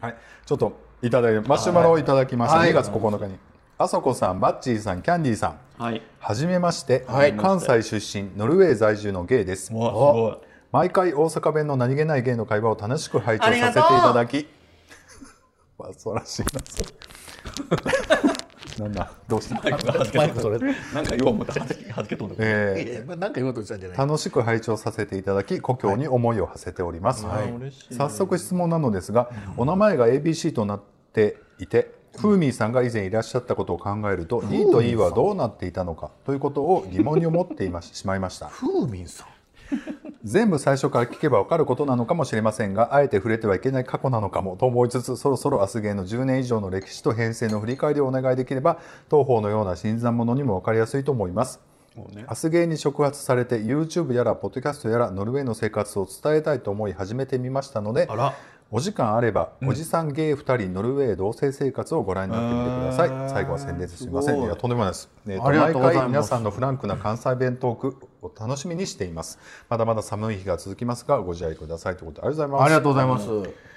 はい、ちょっといただいてマシュマロをいただきました、はい2月9日にあそこさんバッチーさんキャンディーさんはい。はじめまして、はい関西出身ノルウェー在住のゲイですわすごい毎回大阪弁の何気ないゲイの会話を楽しく拝聴さあせていりがとうただき わ素晴らしいなそれなん だどうした、マイク取れなんかよう思 った。はじけ、はじけとんだ。えーえなんか言おうとしたんじゃない楽しく拝聴させていただき故郷に思いを馳せております、はい早速質問なのですが、お名前が ABC となっていて、フーミーさんが以前いらっしゃったことを考えると「いいといい」はどうなっていたのかということを疑問に思っていまししまいましたフーミンさん全部最初から聞けば分かることなのかもしれませんがあえて触れてはいけない過去なのかもと思いつつそろそろ明日芸の10年以上の歴史と編成の振り返りをお願いできれば当方のような新参者にも分かりやすいと思います。明日芸に触発されて YouTube やらポッドキャストやらノルウェーの生活を伝えたいと思い始めてみましたのであらお時間あれば、おじさん芸2人ノルウェー同棲生活をご覧になってみてください最後は宣伝ですいませんいやとんでもないです、えーとありがとうございま毎す回皆さんのフランクな関西弁トークを楽しみにしていますまだまだ寒い日が続きますがご自愛くださいということでありがとうございますありがとうございます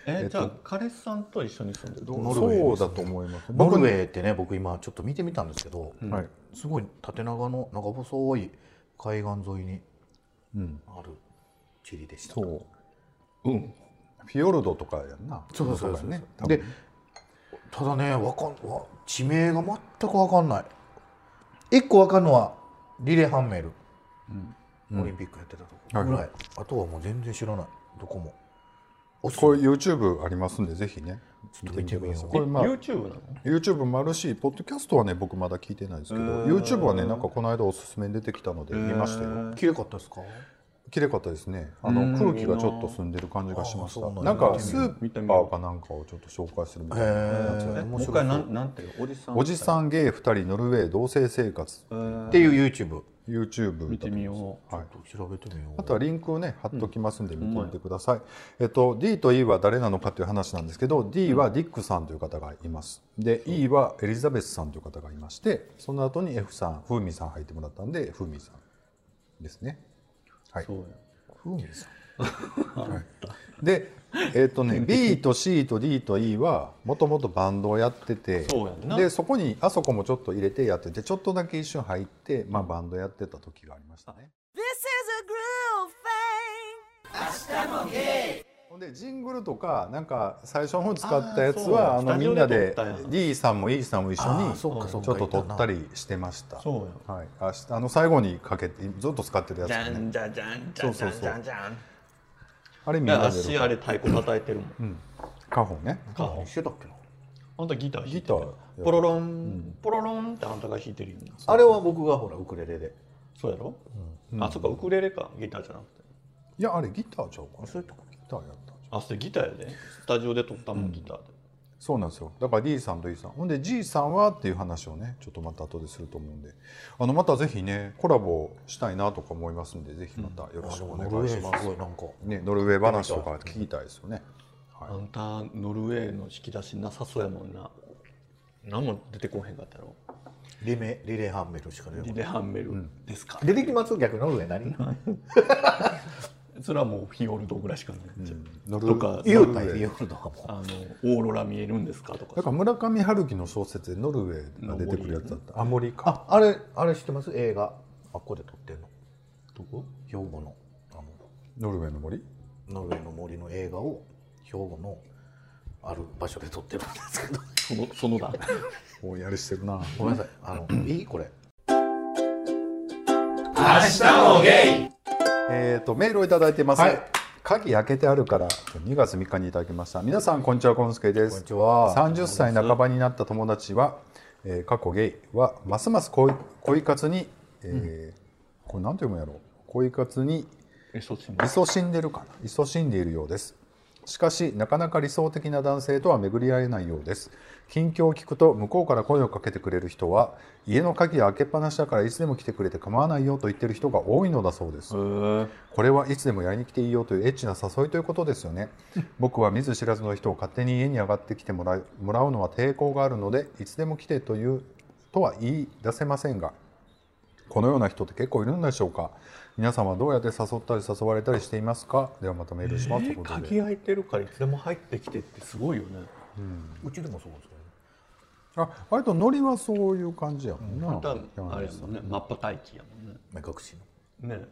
え、じゃあ、彼氏さんと一緒に住んでる。どうノルウェーそうだと思いますノル僕ウねェーってね僕今ちょっと見てみたんですけど、はいすごい縦長の長細い海岸沿いにある地理でした、そううんフィヨルドとかやんなそうそうそうそだようね多分でただねわかんわ地名が全くわかんない一個わかんのはリレハンメル、オリンピックやってたとこぐらい、あとはもう全然知らないどこもおすすこめれ YouTube ありますんでぜひねちょっと見てみようこれまあ YouTube なの。 YouTube もあるしポッドキャストはね僕まだ聞いてないですけど YouTube はねなんかこの間おすすめに出てきたので見ましたよ綺麗かったですか綺麗かったですね。あの空気がちょっと澄んでる感じがしました。あーそうななんだんかスーパーかなんかをちょっと紹介するみたいなやつがへね。ーえ、もう一回、なん、なんていうの、おじさん。おじさんゲイ二人ノルウェー同棲生活っていう YouTube YouTube 見てみよう。はい。調べてみようあとはリンクをね貼っときますんで見てみてください。えっと D と E は誰なのかという話なんですけど、D はディックさんという方がいます。で E はエリザベスさんという方がいまして、その後に F さん、フーミーさん入ってもらったんでフーミーさんですね。はい。そうや。風味さん で、えっ、と ね、B と C と D と E はもともとバンドをやっててそうやんなでそこにあそこもちょっと入れてやっててちょっとだけ一瞬入って、まあ、バンドやってた時がありましたね。 This is a groove thing. ほんでジングルとかなんか最初の方使ったやつはあーあそうのやスタみジオんでなで撮ったやん D さんも E さんも一緒あにーちそうょかそうっかと撮ったりしてました。そうやはい、あしあの最後にかけてずっと使ってるやつ、じゃね、んじゃじゃんじそゃうじそうゃそうんじゃんじゃん。あれみんいやなで足あれ太鼓叩いてるもん。カホねか何してたっけなあんたギター弾いギてタるーポロロンポロロンってあんたが弾いてるよなあれは僕がほらウクレレでそうやろあそっかウクレレかギターじゃなくていやあれギターちゃうかそういうとこギターやったんちゃうあそれギターやでスタジオで撮ったもんギターでそうなんですよだから D さんと E さんほんで G さんはっていう話をねちょっとまた後ですると思うんであのまたぜひねコラボしたいなとか思いますんでぜひまたよろしくお願いします、すごいなんかね、ノルウェー話とか聞きたいですよね、あんたノルウェーの引き出しなさそうやもんな何も出てこへんかったやろリメリレーハンメルしか出てこリないレハンメルですか出てきます逆にノルウェー何それはもうフィヨルドぐらいしかないノルウェとーか言うノたルウェーよ言うたもうあのオーロラ見えるんですかとだかから村上春樹の小説でノルウェーが出てくるやつだったあ森かああれあれ知ってます映画あっこで撮ってんのどこ兵庫のあのノルウェーの森ノルウェーの森の映画を兵庫のある場所で撮ってるんですけどそのそのだおやりしてるなごめんなさいあ のいいこれえー、とメールをいただいてます、はい鍵開けてあるから2月3日にいただきました皆さんこんにちはこんすけですこんにちは30歳半ばになった友達は、えー過去ゲイはますます恋恋活に、えーこれなんて読むんやろう恋活にえそっちも勤しんでるかな勤しんでいるようですしかしなかなか理想的な男性とは巡り合えないようです近況を聞くと向こうから声をかけてくれる人は家の鍵が開けっぱなしだからいつでも来てくれて構わないよと言ってる人が多いのだそうですこれはいつでもやりに来ていいよというエッチな誘いということですよ ね僕は見ず知らずの人を勝手に家に上がってきてもらうもらうのは抵抗があるのでいつでも来てというとは言い出せませんがこのような人って結構いるんでしょうか皆様はどうやって誘ったり誘われたりしていますかではまたメールします、ということ鍵で開いてるからいつでも入ってきてってすごいよねうちでもそうですけどねあ割とノリはそういう感じやもんな、またあれ山や口さもんねマッパ待機やもんね目隠しのねん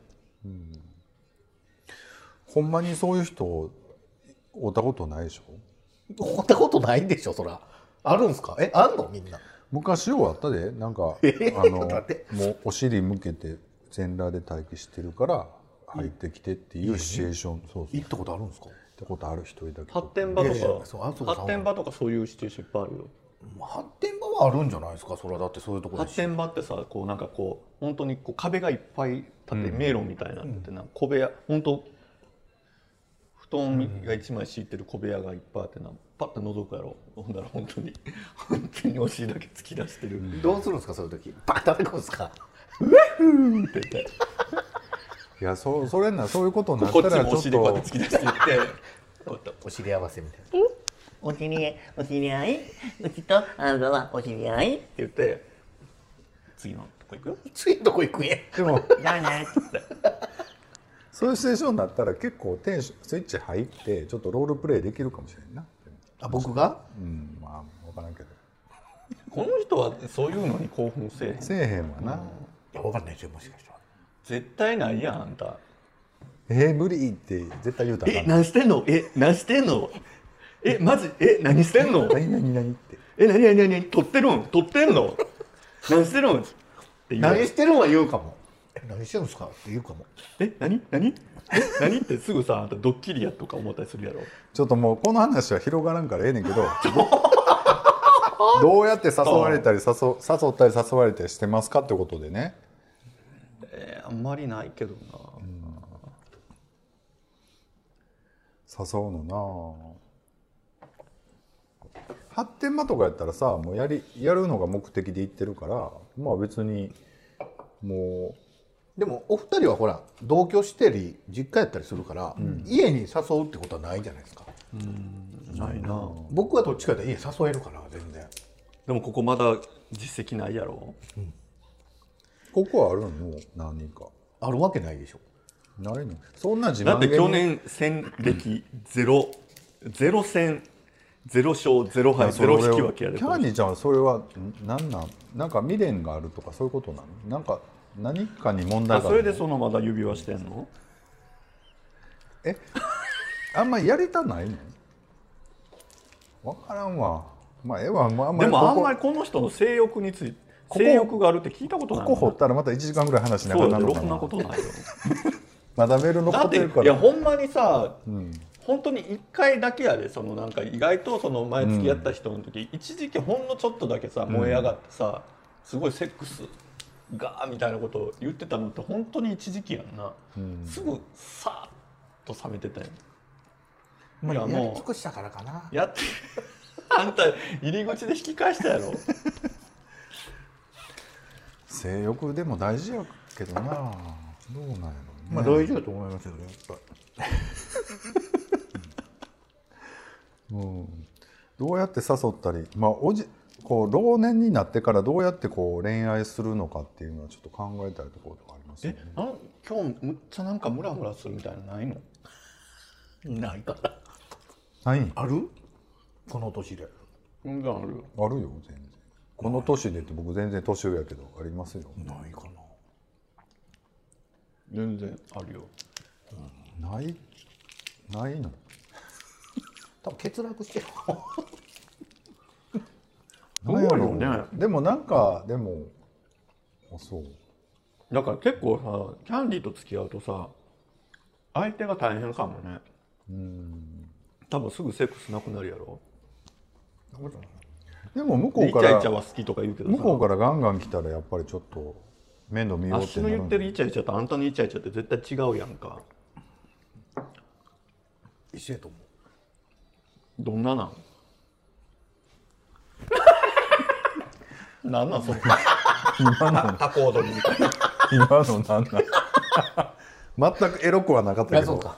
ほんまにそういう人おったことないでしょほったことないでしょそらあるんすかえあんのみんな昔ようあったでなんか、あのだってもうお尻向けて全裸で待機してるから入ってきてっていうシチュエーション、そうそう行行ったことあるんですかったことある一人だけど発展場といやいやそうあそかこ発展場とかそういうシチュエーションいっぱいあるよ発展場はあるんじゃないですかそらだってそういうところ発展場ってさこうなんかこう本当にこう壁がいっぱい立って迷路みたいになってて、なんか小部屋本当布団が一枚敷いてる小部屋がいっぱいあってなパッと覗くやろほんだら本当に本当にお尻だけ突き出してる、どうするんですかそういう時バカ叩くんですかいやそうそれなそういうことになっこたっちらもちおょっ尻こうやとって突き出していってこうやってお知り合わせみたいなお知り合い、お知り合い、うちとあなたはお知り合い。言って次のとこ行くよ次のとこ行くんやでもだね。そういうシチュエーションになったら結構テンションスイッチ入ってちょっとロールプレイできるかもしれんなあ僕がうんまあ分からんけどこの人はそういうのに興奮せえへんせえへんわな、いやわかんないですよもしかしたら絶対ないやんあんたえー、無理って絶対言うたらあえかん何してんのえ何してんのえマジえ何してんの何何何ってえ、なになになに、撮ってるん、撮って んの。何してるん。って言う何してるんは言うかもえ何してるんですかって言うかもえ、なになに。え、なにってすぐさ、あんたドッキリやとか思ったりするやろちょっともうこの話は広がらんからええねんけ どどうやって誘われたり誘誘ったり誘われたりしてますかってことでねえー、あんまりないけどな。誘うのなあ発展場とかやったらさもうやりやるのが目的で行ってるからまあ別にもでもお二人はほら同居してり実家やったりするから、家に誘うってことはないじゃないですかないな。僕はどっちかで家誘えるから全然でも、ここまだ実績ないやろうここはあるの何人かあるわけないでしょないのそんな自慢だって、げに去年戦歴ゼロ。ゼロ戦。ゼロ勝、ゼロ敗、そゼれロ俺引き分けやで。キャンディちゃんはそれはん何なんなんか未練があるとかそういうことなのなんか何かに問題がああ、るのそれで、そのまだ指輪してんの。あんまやりたないの分からんわまあええわもうあんまでりも、あんここまりこの人の性欲について。こ性欲があるって聞いたことないここもん掘ったらまた1時間ぐらい話しながそうらだなのよろかくななことないよまだメール残だっっててるかいやらほんまにさ、本当に1回だけやでそのなんか意外とその前付き合った人の時、一時期ほんのちょっとだけさ燃え上がってさ、すごいセックスがーみたいなことを言ってたのって本当に一時期やんな、すぐさーっと冷めてたよいややりも尽くしたからかなうやって あんた入り口で引き返したや ろ性欲でも大事やけどなどうなんやろうね、まあ大事だと思いますよねやっぱうん、どうやって誘ったりまあおじこう老年になってからどうやってこう恋愛するのかっていうのはちょっと考えたいところとかありますよえねあの今日むっちゃなんかムラムラするみたいなのないのないからないあるこの年で全然あるよあるよ全然この年でって僕全然年上やけどありますよないかな全然あるよないないの多分欠落してるどうやろうねでもなんかでもあそうだから結構さキャンディーと付き合うとさ相手が大変かもね多分すぐセックスなくなるやろでも向こでうイかチャイらチャは好きとか言うけど向さこうからガンガン来たらやっぱりちょっと面倒見よあうっってしなのる言ってるイチャイチャとあんたのイチャイチャって絶対違うやんか一緒やと思うどん ななんなんなんそんな今のタコードにみたいな今のなんなん全くエロくはなかったけどか、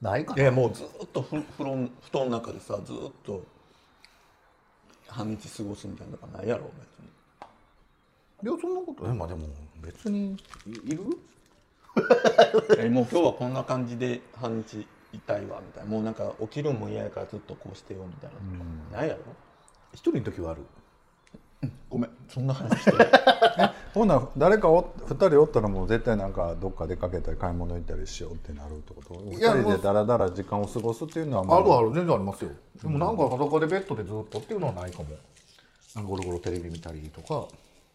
ないかいやもうずっとふ布団布団の中でさずっと半日過ごすみたいなのがないやろ別にいやそんなことえまあでも別にいいるえもう今日はこんな感じで半日いたいわみたいなもうなんか起きるのも嫌やからずっとこうしてよみたいな、ないやろ一人の時はあるごめんそんな話してないほんなら誰かお2人おったらもう絶対なんかどっか出かけたり買い物行ったりしようってなるってこと2や人でだらだら時間を過ごすっていうのはもあうるある全然ありますよでもなんか裸でベッドでずっとっていうのはないかもなんかゴロゴロテレビ見たりとか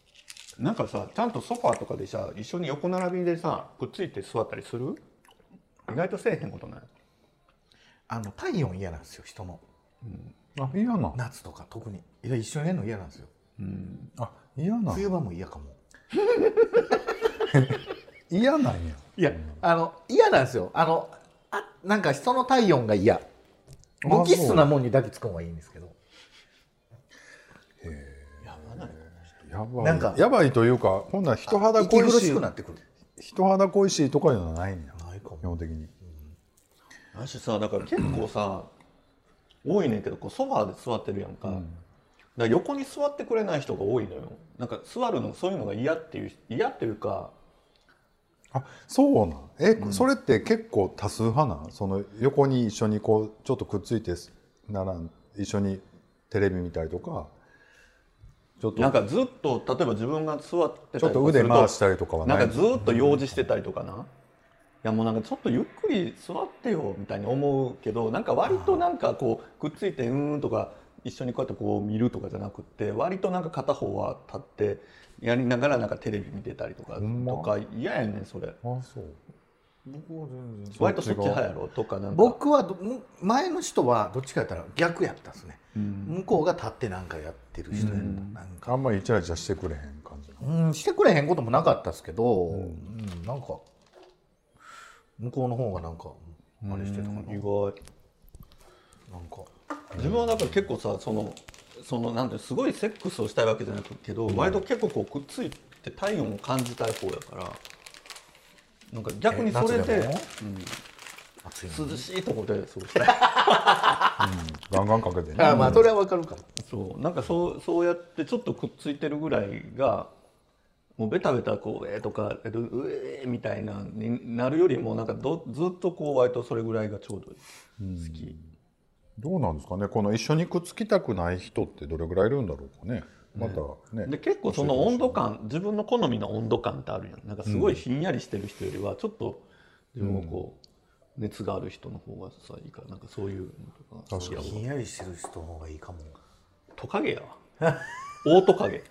なんかさちゃんとソファーとかでさ一緒に横並びでさくっついて座ったりする意外とせえへんことないあの体温嫌なんですよ人のあ嫌な夏とか特にいや一緒に寝るの嫌なんですよあ嫌な冬場も嫌かも嫌なんやいやあの嫌なんですよあのあなんか人の体温が嫌無機質なもんに抱きつくのはいいんですけどやばいなんかやばいというかほんなら人肌息恋苦ししいくなってくる人肌恋しいとかいうのはないんやないかも基本的に私さだから結構さ多いねんけどこうソファーで座ってるやんか,、だから横に座ってくれない人が多いのよなんか座るのそういうのが嫌っていう嫌っていうかあそうなんえ、それって結構多数派なんその横に一緒にこうちょっとくっついてならん一緒にテレビ見たりとかちょっとなんかずっと例えば自分が座ってちょたっとりかす腕る回したりとかはなんないかずっと用事してたりとかな、いやもうなんかちょっとゆっくり座ってよみたいに思うけどなんか割となんかこうくっついてうーんとか一緒にこうやってこう見るとかじゃなくって割となんか片方は立ってやりながらなんかテレビ見てたりとか、んまとか嫌やねんそれあそう割とそっち派やろとかなんか僕はどむ前の人はどっちかやったら逆やったんですね、向こうが立ってなんかやってる人やった、なんかあんまりイチャイチャしてくれへん感じなうんしてくれへんこともなかったですけど、うんなんか向こうの方がなんかあれしてたかな,、意外なんか自分はだから結構さそのそのなんていうのすごいセックスをしたいわけじゃなくけど、割と結構こうくっついて体温を感じたい方やからなんか逆にそれえで夏暑いの涼しいとこでそう したいガンガンかけてねあまあそれはわかるかも、そうなんかそうそうやってちょっとくっついてるぐらいがもうベタベタこう「えー」とか「えーうえー」みたいなになるよりもなんかどずっとこう割とそれぐらいがちょうどいい好き。どうなんですかねこの一緒にくっつきたくない人ってどれぐらいいるんだろうかねまたねで結構その温度感自分の好みの温度感ってあるやんなんかすごいひんやりしてる人よりはちょっと自分もこう、熱がある人の方がさいいからなんかそういうのとか確かいひやんやりしてる人の方がいいかもトカゲやわ 大トカゲ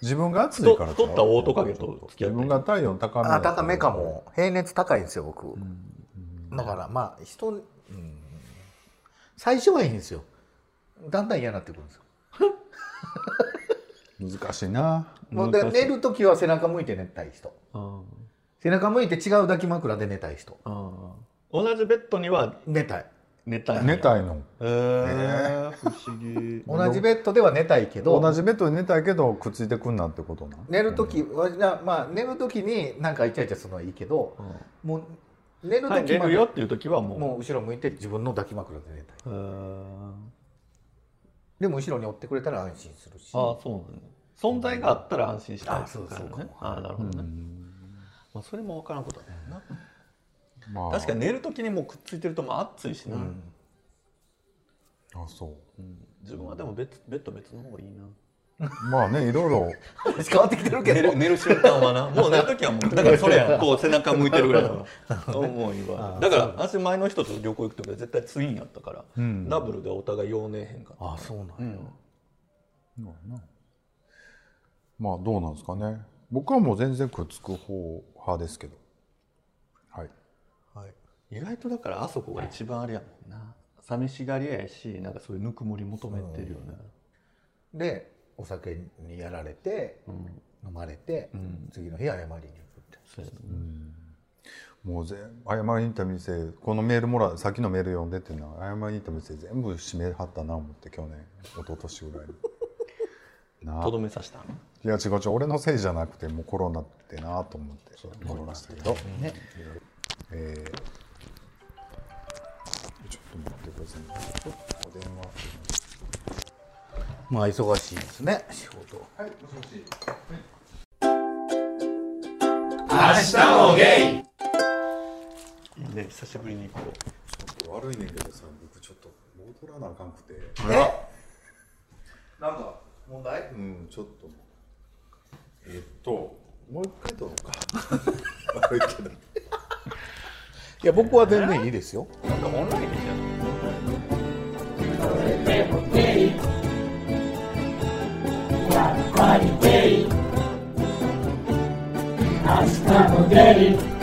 自分が暑い太からちゃう太った大トカゲと付き自合って分が体温高めあ高めかも平熱高いんですよ僕、だからまあ人、うん、最初はいいんですよだんだん嫌になってくるんですよ難しいなもうだから寝る時は背中向いて寝たい人あ背中向いて違う抱き枕で寝たい人あ同じベッドには寝たい寝たいんや寝たいのへえ不思議同じベッドでは寝たいけど同じベッドで寝たいけどくっついてくんなってことな寝る時はなまあ寝る時になんかイチャイチャするのはいいけど、もう寝るはい時寝まるで、よっていう時はもうもう後ろ向いて自分の抱き枕で寝たいへーでも後ろに追ってくれたら安心するしああそうなんだ存在があったら安心したいあそうそうかねああなるほどね、まあ、それも分からんことだよなまあ確かに寝る時にもうくっついてるともう暑いしな、あそう自分はでも別ベッド別の方がいいなまあねいろいろ話 変わってきてるけ寝どる寝る瞬間はなもう寝る時はもうだからそれやんこう背中向いてるぐらいだからもういいわだから私前の人と旅行行く時は絶対ツインやったから、ダブルでお互い用ねえへんかったああそうなんや、まあどうなんですかね僕はもう全然くっつく方派ですけどはい意外とだからあそこが一番あれやもんな寂しがり屋やしなんかそういうぬくもり求めてるよね、でお酒にやられて、飲まれて、次の日謝りに行くってそうやなもうぜ謝りに行った店このメールもらうさっきのメール読んでっていうのは謝りに行った店全部閉めはったな思って去年一昨年ぐらいになあとどめさしたのいや違う違う俺のせいじゃなくてもうコロナってなと思って思いましたけど、ねえーちょっと待ってくださいねちょっとお電話まあ忙しいですね仕事明日もゲイね久しぶりにこ悪いねんけどさ僕ちょっと戻らなあかんくてなんか問題うんちょっとえっともう一回撮ろう か悪いけどいや僕は全然いいですようなんかオンラインでじゃん Hasta poder,